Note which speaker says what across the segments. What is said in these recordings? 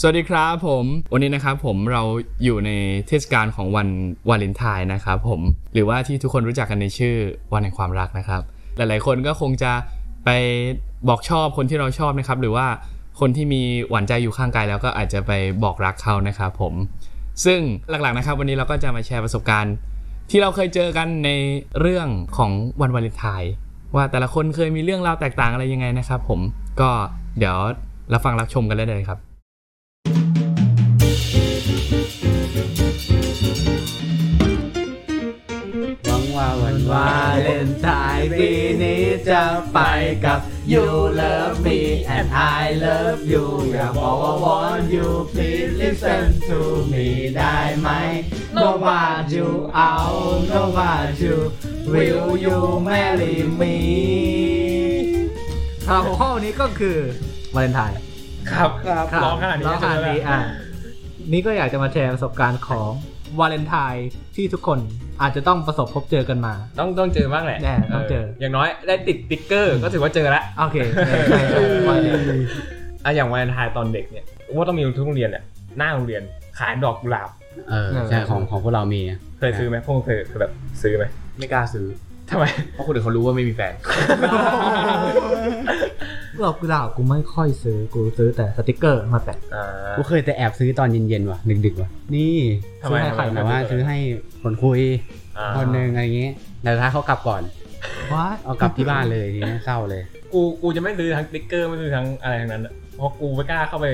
Speaker 1: สวัสดีครับผม วันนี้นะครับผมเราอยู่ในเทศกาลของวันวาเลนไทน์นะครับผมหรือว่าที่ทุกคนรู้จักกันในชื่อวันแห่งความรักนะครับ หลายๆคนก็คงจะไปบอกชอบคนที่เราชอบนะครับ หรือว่าคนที่มีหวานใจอยู่ข้างกายแล้วก็อาจจะไปบอกรักเขานะครับผม ซึ่งหลักๆนะครับ วันนี้เราก็จะมาแชร์ประสบการณ์ ที่เราเคยเจอกันในเรื่องของวันวาเลนไทน์ว่าแต่ละคนเคยมีเรื่องราวแตกต่างอะไรยังไงนะครับผมก็เดี๋ยวรับฟังรับชมกันได้เลยครับ
Speaker 2: หวังว่าวันวาเลนไทน์ปีนี้จะไปกับ You love me and I love you อยากบอกว่าวอน you please listen to me ได้ไหม No what you out No what you will you marry me ข่าวข้อนี้ก็คือวาเลนไทน์
Speaker 3: ครับ
Speaker 2: ครับ
Speaker 3: ร้องขนาดนี้
Speaker 2: ร้องขนาดนี้อ่ะนี่ก็อยากจะมาแชร์ประสบการณ์ของวาเลนไทน์ที่ทุกคนอาจจะต้องประสบพบเจอกันมา
Speaker 3: ต้องต้องเจอบ้างแหละ
Speaker 2: แน่ต้องเจอ
Speaker 3: อย่างน้อยได้ติดติ๊กเกอร์ก็ถือว่าเจอละ
Speaker 2: โอ เคใช่ใช่วาเลน
Speaker 3: อ่ะอย่างวันไทายตอนเด็กเนี่ยว่าต้องมีทุกโรงเรียนแหละหน้าโรงเรียนขายดอกกุหลาบ
Speaker 4: เออใช่ของของพวกเรามีนะ
Speaker 3: เคยซื้อไหมพวกมึงเคยเคยแบบซื้อไหม
Speaker 4: ไม่กล้าซื้อ
Speaker 3: ทำ ไม
Speaker 4: เพราะคนอื่นเขารู้ว่าไม่มีแฟน
Speaker 2: เรากุหลาบกูไม่ค่อยซื้อกูซื้อแต่สติกเกอร์มาแปะ
Speaker 3: อ่า
Speaker 4: กูเคยแต่แอบซื้อตอนเย็นๆว่ะดึกๆว่ะ นี่
Speaker 3: ทำไม
Speaker 4: ซื้อให้ใครแบบว่าซื้อให้คนคุย
Speaker 3: อ่า
Speaker 4: คนหนึ่งอะไรเงี้ยแต่ถ้ายเขากลับก่อน
Speaker 2: ว้า
Speaker 4: เอากลับที่บ้านเลยทีนี้เศร้าเลย
Speaker 3: กูกูจะไม่ซื้อทั้งติ๊กเกอร์ไม่ซื้อทั้งอะไรทั้งนั้นอะเพราะกูไม่กล้าเข้าไป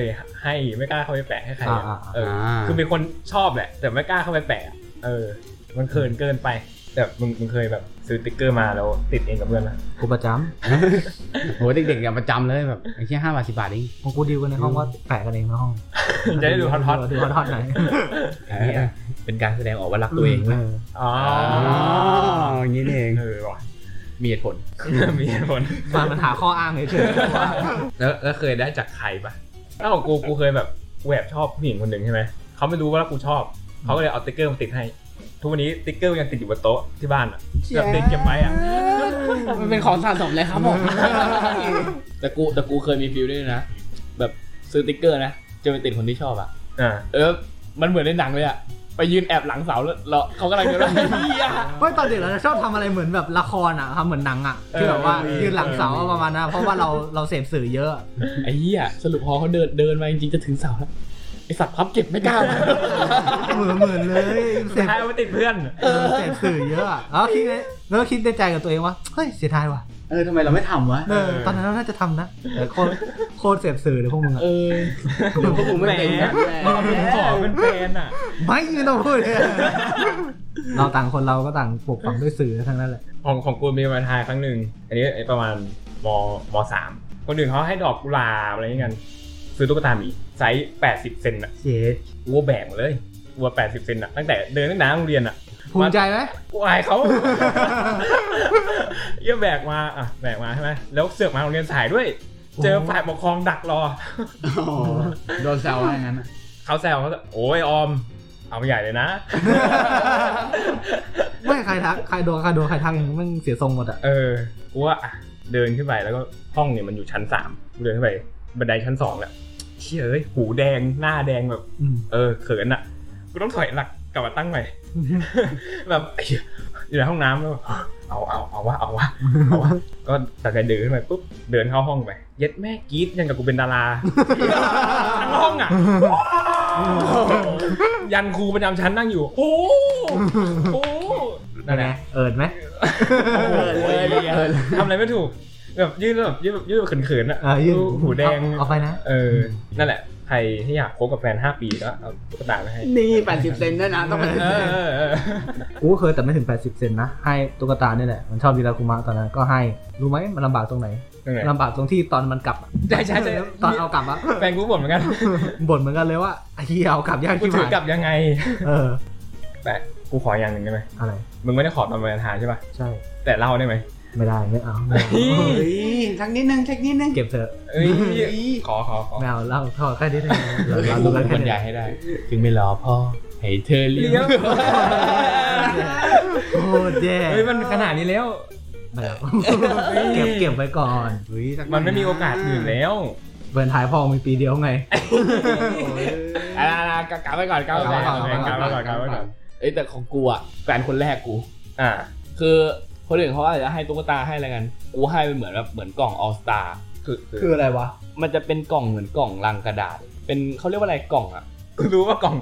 Speaker 3: ให้ไม่กล้าเข้าไปแปะให้ใครอะ
Speaker 2: อ่า
Speaker 3: เอออา คือเป็นคนชอบแหละ แต่ไม่กล้าเข้าไปแปะอะเออ มันเขินเกินไป แต่มึงมึงเคยแบบซื้อติ๊กเกอร์มาแล้วติดเองกับเพื่อนไหม
Speaker 2: กูประจ
Speaker 4: โหเด็กๆอย่าประจำเลยแบบไอ้เชี่ยห้าบาทสิบาทเอง
Speaker 2: ำของกูดีลกันในห้องว่าแปะกันเองในห้อง
Speaker 3: จะได้ดูฮอตฮอต
Speaker 2: ดูฮอตฮอตหน่อย
Speaker 5: เป็นการแสดงออกว่ารักตัวเองนะ
Speaker 3: อ๋อ
Speaker 4: อ๋ออย่างนี้นี่เอง
Speaker 3: เออว่ะ
Speaker 5: มีเหตุผล
Speaker 3: มีเหตุผล
Speaker 2: มามันหาข้ออ้างเฉย ๆว่า
Speaker 3: แล้วแล้วเคยได้จากใครปะอ้าวกูกูเคยแบบกูแอบชอบผู้หญิงคนหนึ่งใช่ไหม เขาไม่รู้ว่ากูชอบ เขาก็เลยเอาติ๊กเกอร์มาติดให้ ทุกวันนี้ติ๊กเกอร์มันยังติดอยู่บนโต๊ะที่บ้านอ่ะแบบติดเก็บไว้อ่ะ
Speaker 4: มันเป็นของสะสมเลยครับผม
Speaker 5: แต่กูแต่กูเคยมีฟิลด้วยนะ แบบซื้อติ๊กเกอร์นะ จะไปติดคนที่ชอบอ่ะ
Speaker 3: อ่า
Speaker 5: เออ มันเหมือนในหนังเลยอ่ะ ไปยืนแอบหลังเสาแล้วเราเขากำลังจะไล่เหี้ย
Speaker 2: เพราะตอนเด็กเราจะชอบทำอะไรเหมือนแบบละครอ่ะทำเหมือนหนังอ่ะที่แบบว่า
Speaker 3: เออ
Speaker 2: ยืนหลังเสาอะประมาณนั้นอะเพราะว่าเราเราเสพสื่อเยอะ
Speaker 5: ไอ้เหี้ยสรุปพอเขาเดินเดินมาจริงๆจะถึงเสาแล้ว ไอสัตว์พับเก็บไม่กล้ามา
Speaker 2: เหมือนเหมือนเลยเส
Speaker 3: สุด
Speaker 2: พ
Speaker 3: ท้ายเอามาติดเพื่อน
Speaker 2: เออเสพสื่อเยอะอะแล้วก็คิดในแล้วก็คิดในใจกับตัวเองว่า เฮ้ยเสียดายว่ะ
Speaker 4: เออทำไมเราไม่ทำวะ
Speaker 2: เออตอนนั้นเราน่าจะทำนะแต่โคตรโคตรเสพสื่อเลยพวกมึงอะ
Speaker 5: เออ
Speaker 4: เดี๋ยวพวกมึงไม่เป็นกัน
Speaker 3: ขอเป็นแฟนอ่ะ
Speaker 2: ไม่ไม่ต้องพูด เลยเราต่างคนเราก็ต่างปลูกฝังด้วยสื่อทั้งนั้นแหละ
Speaker 3: ของของกูมีวันทายครั้งหนึ่ง อันนี้ประมาณมมสามคนอื่นเขาให้ดอกกุหลาบอะไรอย่างเงี้ยกัน ซื้อตุ๊กตาหมีไซส์แปดสิบเซนอ่ะ
Speaker 2: เจ๊
Speaker 3: กูว่าแบ่งเลยกูว่าแปดสิบเซนอ่ะตั้งแต่เดินตั้งแต่โรงเรียนอ่ะ
Speaker 2: ภูมิใจไหม
Speaker 3: กูอายเขา เยี่ยแบกมาอ่ะแบกมาใช่ไหมแล้วเสือกมาโรงเรียนสายด้วย เจอฝ่ายปกครองดักรอ
Speaker 4: โอ้โห โดนแซวว่าอย่างนั้นอะ
Speaker 3: เขาแซวเขาโอ้ยออม เอาไปใหญ่เลยนะ
Speaker 2: ไม่ใครทักใครโดนใครโดนใครทักอย่างนี้มันเสียทรงหมดอะ
Speaker 3: เออกูว่าอ่ะเดินขึ้นไปแล้วก็ห้องเนี่ยมันอยู่ชั้นสามกูเดินขึ้นไปบันไดชั้นสองแหละเชี่ยเอ้ยหูแดงหน้าแดงแบบ
Speaker 2: อืม
Speaker 3: เออเขินอ่ะกูต้องถอยหลักกลับมา ตั้งใหม่ แบบไอ้เหี้ยอยู่ในห้องน้ำแล้วแบบเอาเอาเอาวะเอาวะเอาวะก็ตัดใจเดินขึ้นไปปุ๊บเดินเข้าห้องไปเย็ดแม่กรีดยังกับกูเป็นดาราทั้งห้อง อ่ะยันครูประจำชั้นนั่งอยู่โอ้โหนั่นแหละ
Speaker 2: เอิดไหม
Speaker 4: เลยเลยเลย
Speaker 3: ทำอะไรไม่ถูกแบบยืดแบบยืดยืดแบบเขินๆอ่ะ
Speaker 2: เออยืน
Speaker 3: หูแดง
Speaker 2: เอาเอาไปนะ
Speaker 3: เออ นั่นแหละ ใครที่อยากคบกับแฟน 5 ปีก็เอาตุ๊กตาไปให้
Speaker 4: นี่แปดสิบเซนด้วยนะต้องเป็น
Speaker 3: เออเออเออ
Speaker 2: กูก็เคยแต่ไม่ถึง 80 เซนนะให้ตุ๊กตาเนี่ยแหละมันชอบดีลาคุมะตอนนั้นก็ให้รู้ไหมมันลำบากตรงไหน
Speaker 3: นั่นแหละ
Speaker 2: ลำบากตรงที่ตอนมันกลับอะ
Speaker 3: ใช่ใช่ใช่
Speaker 2: ตอนเอากลับอะ
Speaker 3: แฟนกูบ่นเหมือนกัน
Speaker 2: บ่นเหมือนกันเลยว่าไอ้เหี้ยเอากลับยาก
Speaker 3: กู
Speaker 2: ที่
Speaker 3: ถื
Speaker 2: สุ
Speaker 3: อ
Speaker 2: ด
Speaker 3: กลับยังไง
Speaker 2: เออ
Speaker 3: แต่กูขออย่างหนึ่งได้ไหม
Speaker 2: อะไร
Speaker 3: มึงไม่ได้ขอตอนวันอังคารใช่ป่ะ
Speaker 2: ใช่
Speaker 3: แต่เล่าได้ไหม
Speaker 2: ไม่ได้ไม่เอาไม่เอา
Speaker 3: เฮ้ย
Speaker 4: เฮ้ยชักนิดนึงชักนิดนึง
Speaker 2: เก็บเถอะ
Speaker 3: เอ้ย ขอขอขอ
Speaker 2: ไม่เอาเล่าทอแค่นี้เลยเราเรา
Speaker 5: กู
Speaker 2: รู้กัน
Speaker 5: บรร
Speaker 2: แค่นี้
Speaker 5: ยายให้ได้ ถึงไม่รอพ่อให้เธอเลี้
Speaker 3: เลี้
Speaker 5: ย
Speaker 3: ย
Speaker 5: ง
Speaker 3: ว
Speaker 2: โอ้แย่
Speaker 3: เฮ้ยมันขนาดนี้แล้ว
Speaker 2: ไม่เอาเก็บเก็บไว้ก่อน
Speaker 3: มันไม่มีโอกาสอื่นแล้ว
Speaker 2: เบิร์นท้ายพ่อมีปีเดียวไง
Speaker 5: อ่ะอ่ะอ่ะกลับไปก่อนกลับไป
Speaker 2: กลับ
Speaker 5: ก่
Speaker 2: ไป
Speaker 5: อน
Speaker 2: ก่อน
Speaker 3: กลับไปก่อนกลับไปก่อน
Speaker 5: เอ้ยแต่ของกูอ่ะแฟนคนแรกกู
Speaker 3: อ่า
Speaker 5: คือคนอื่นเขาอาจจะให้ตุ๊กตาให้อะไรกัน กูให้เป็นเหมือนแบบเหมือนกล่องออสตา
Speaker 3: คือคือ
Speaker 2: คืออะไรวะ
Speaker 5: มันจะเป็นกล่องเหมือนกล่องลังกระดาษ เป็นเขาเรียกว่าอะไรกล่องอ่ะ
Speaker 3: รู้ว่ากล่อง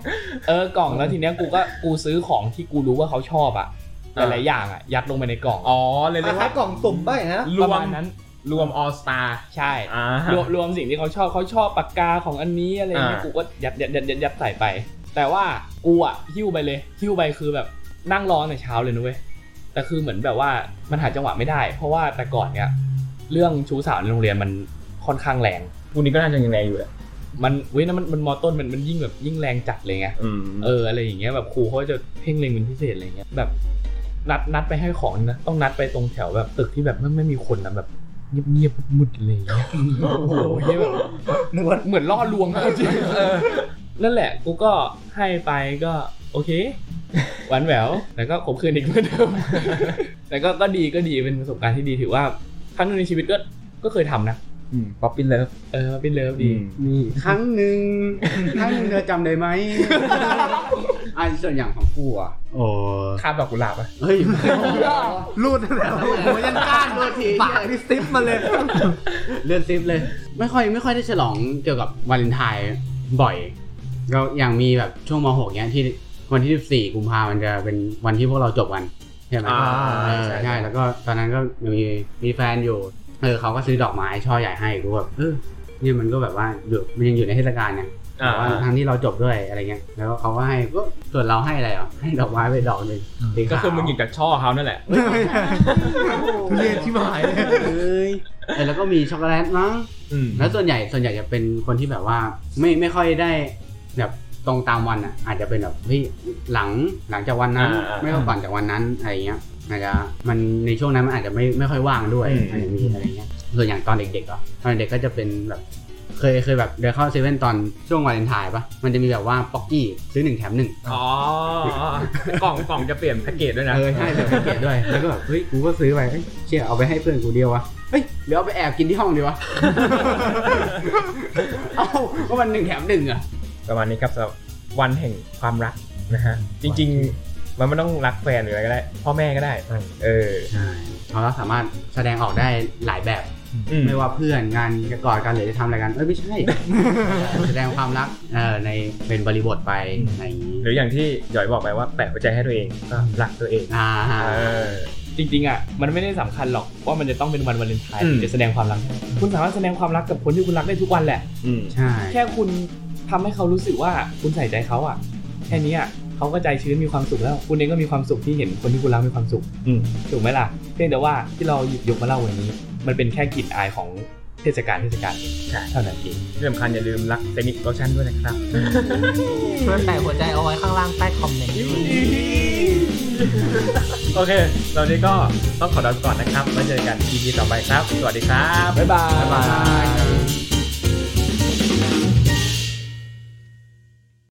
Speaker 5: เออกล่องแล้วทีเนี้ยกูก็กูซื้อของที่กูรู้ว่าเขาชอบอ่ะห
Speaker 3: อ่า
Speaker 5: ลายๆอย่างอ่ะยัดลงไปในกล่อง
Speaker 3: อ๋อเลย
Speaker 2: ค
Speaker 3: เรียก
Speaker 2: ล้า
Speaker 3: ว่าย
Speaker 2: ๆกล่องสุ่มไปนะ
Speaker 3: ร
Speaker 5: ประ
Speaker 3: วม
Speaker 5: มาณนั้น
Speaker 3: รวมออสตา
Speaker 5: ใช่
Speaker 3: อ่า
Speaker 5: รวมรวมสิ่งที่เขาชอบเขาชอบปากกาของอันนี้อะไรเงี้ย
Speaker 3: อ่า
Speaker 5: กูก็ยัดยัดยัดยัดยัดใส่ไป แต่ว่ากูอ่ะหิ้วไปเลยหิ้วไปคือแบบนั่งรอในเช้าเลยนะเว้ยแต่คือเหมือนแบบว่ามันหาจังหวะไม่ได้ เพราะว่าแต่ก่อนเนี้ยเรื่องชู้สาวในโรงเรียนมันค่อนข้างแรง
Speaker 3: กูนี้ก็น่าจะยังไงอยู่แหละ
Speaker 5: มันเว้ยนั่นมันมันมอต้นมันมันยิ่งแบบยิ่งแรงจัดเลยไง
Speaker 3: อืม
Speaker 5: เอออะไรอย่างเงี้ยแบบครูเขาจะเพ่งเล็งเป็นพิเศษอะไรเงี้ยแบบ นัดนัดไปให้ของนะต้องนัดไปตรงแถวแบบตึกที่แบบไม่ไม่มีคนนะแบบเงียบเงียบๆมืดๆอะไรอย่างเงี้ยโอ้โหเหี้ยแบบ
Speaker 2: นึกว่า
Speaker 5: เหมือนล่อลวงเขาจริงเออนั่นแหละกูก็ให้ไปก็ โอเคหวานแหววแล้วก็ขมคืนอีกเหมือนเดิมแต่ก็ก็ดีก็ดีเป็นประสบการณ์ที่ดีถือว่าครั้งหนึงในชีวิตก็ก็เคยทำนะ
Speaker 3: ป๊อปปิ้นเลย
Speaker 5: เออเป็นเลิฟ
Speaker 3: ดี
Speaker 5: ดี
Speaker 4: นี่ครั้งหนึ่งครั้งหนึ่งเธอจำได้ไหมอ่ะส่วนอย่างของกูอ่ะ
Speaker 1: โอ้
Speaker 3: คาบดอกกุหลาบอะ
Speaker 4: เฮ้ย
Speaker 2: รูดแล้ว โอ้ยยังก้านโดนทีปากนี่ซิปมาเลย
Speaker 4: เลื่อนซิปเลย ไม่ค่อยไม่ค่อยได้ฉลองเกี่ยวกับวาเลนไทน์บ่อย เราอย่างมีแบบช่วงมหกเนี้ยที่วันที่ 14 กุมภามันจะเป็นวันที่พวกเราจบกันใช่ไหม
Speaker 3: อ่า
Speaker 4: เออใช่แล้วก็ตอนนั้นก็มีมีแฟนอยู่เออเขาก็ซื้อดอกไม้ช่อใหญ่ให้กูแบบเออเนี่ยมันก็แบบว่าอยู่มันยังอยู่ในเทศกาลเนี่ย
Speaker 3: อ่า
Speaker 4: แต่ว่าทั้งที่เราจบด้วยอะไรเงี้ยแล้วก็เขาก็ให้ก็ส่วนเราให้อะไรอ่ะให้ดอกไม้ไปดอกหนึ่งสี
Speaker 3: ก็
Speaker 4: ขาว
Speaker 3: คือมึงอยู่กับช่อเขานั่นแหละ
Speaker 2: ทุเรียนที่หายเลย
Speaker 4: เอ้ยเออแล้วก็มีช็อกโกแลตมั้ง
Speaker 3: อืม
Speaker 4: แล้วส่วนใหญ่ส่วนใหญ่จะเป็นคนที่แบบว่าไม่ไม่ค่อยได้แบบตรงตามวันอ่ะ อาจจะเป็นแบบเฮ้ยหลังหลังจากวันนั้น
Speaker 3: อ่าอ่า
Speaker 4: ไม่ก็ก่อนจากวันนั้นอะไรเงี้ยอาจจะมันในช่วงนั้นมันอาจจะไม่ไม่ค่อยว่างด้วย
Speaker 3: อืม
Speaker 4: อาจจะมีอะไรเงี้ยส่วนอย่างตอนเด็กๆอ่ะตอนเด็กก็จะเป็นแบบ เคยเคยแบบเดินเข้าเซเว่นตอนช่วงวาเลนไทน์ปะมันจะมีแบบว่าป๊อกกี้ซื้อหนึ่งแถมหนึ่ง
Speaker 3: อ๋อกล่องกล่องจะเปลี่ยนแพ็กเกจด้วยนะ
Speaker 4: เออใช่เลยเกลียดด้วย แล้วก็แบบเฮ้ยกูก็ซื้อไปเอ้ยเชี่ยเอาไปให้เพื่อนกูเดียววะเฮ้ยเดี๋ยวเอาไปแอบกินที่ห้องดีวะ เอ้าก็มันหนึ่งแถมหนึ่งอะ
Speaker 3: ประมาณนี้ครับสำหรับวันแห่งความรักนะฮะ จริง ๆ มันไม่ต้องรักแฟนหรืออะไรก็ได้ พ่อแม่ก็ได้ เออ
Speaker 4: ใช่เขาก็สามารถแสดงออกได้หลายแบบ
Speaker 3: อืม
Speaker 4: ไม่ว่าเพื่อนงานจะกอดกันหรือจะทำอะไรกันเอ้ยไม่ ใช่ แสดงความรักเอ่อในเป็นบริบทไปในอย่างนี้
Speaker 3: หรืออย่างที่หยอยบอกไปว่าแปะหัวใจให้ตัวเองก็รักตัวเอง
Speaker 4: อ่า
Speaker 3: เออ
Speaker 5: จริงๆอ่ะมันไม่ได้สำคัญหรอกว่ามันจะต้องเป็นวันวาเลนไทน์
Speaker 3: อืม
Speaker 5: ถึงจะแสดงความรัก คุณสามารถแสดงความรักกับคนที่คุณรักได้ทุกวันแหละ
Speaker 3: อืม
Speaker 4: ใช่
Speaker 5: แค่คุณทำให้เขารู้สึกว่าคุณใส่ใจเขาอ่ะแค่นี้อ่ะเขาก็ใจชื้นมีความสุขแล้ว คุณเองก็มีความสุขที่เห็นคนที่คุณรักมีความสุข
Speaker 3: อืม
Speaker 5: ถูกไหมล่ะเพียงแต่ว่าที่เราหยิบยกมาเล่าวันนี้ มันเป็นแค่กลิ่นอายของเทศกาลเทศกาล
Speaker 3: ใช่
Speaker 5: เท่านั้นเอง
Speaker 3: ที่สำคัญอย่าลืมรักเซนิคโลชั่นด้วยนะครับ
Speaker 2: ช่วยแปะหัวใจเอาไว้ข้างล่างใต้คอมเมนต์ด้วย
Speaker 3: โอเค ตอนนี้ก็ต้องขอลาไปก่อนนะครับ แล้วเจอกัน EP ต่อไปครับ สวัสดีครับ
Speaker 5: บ๊ายบาย
Speaker 3: บ๊ายบาย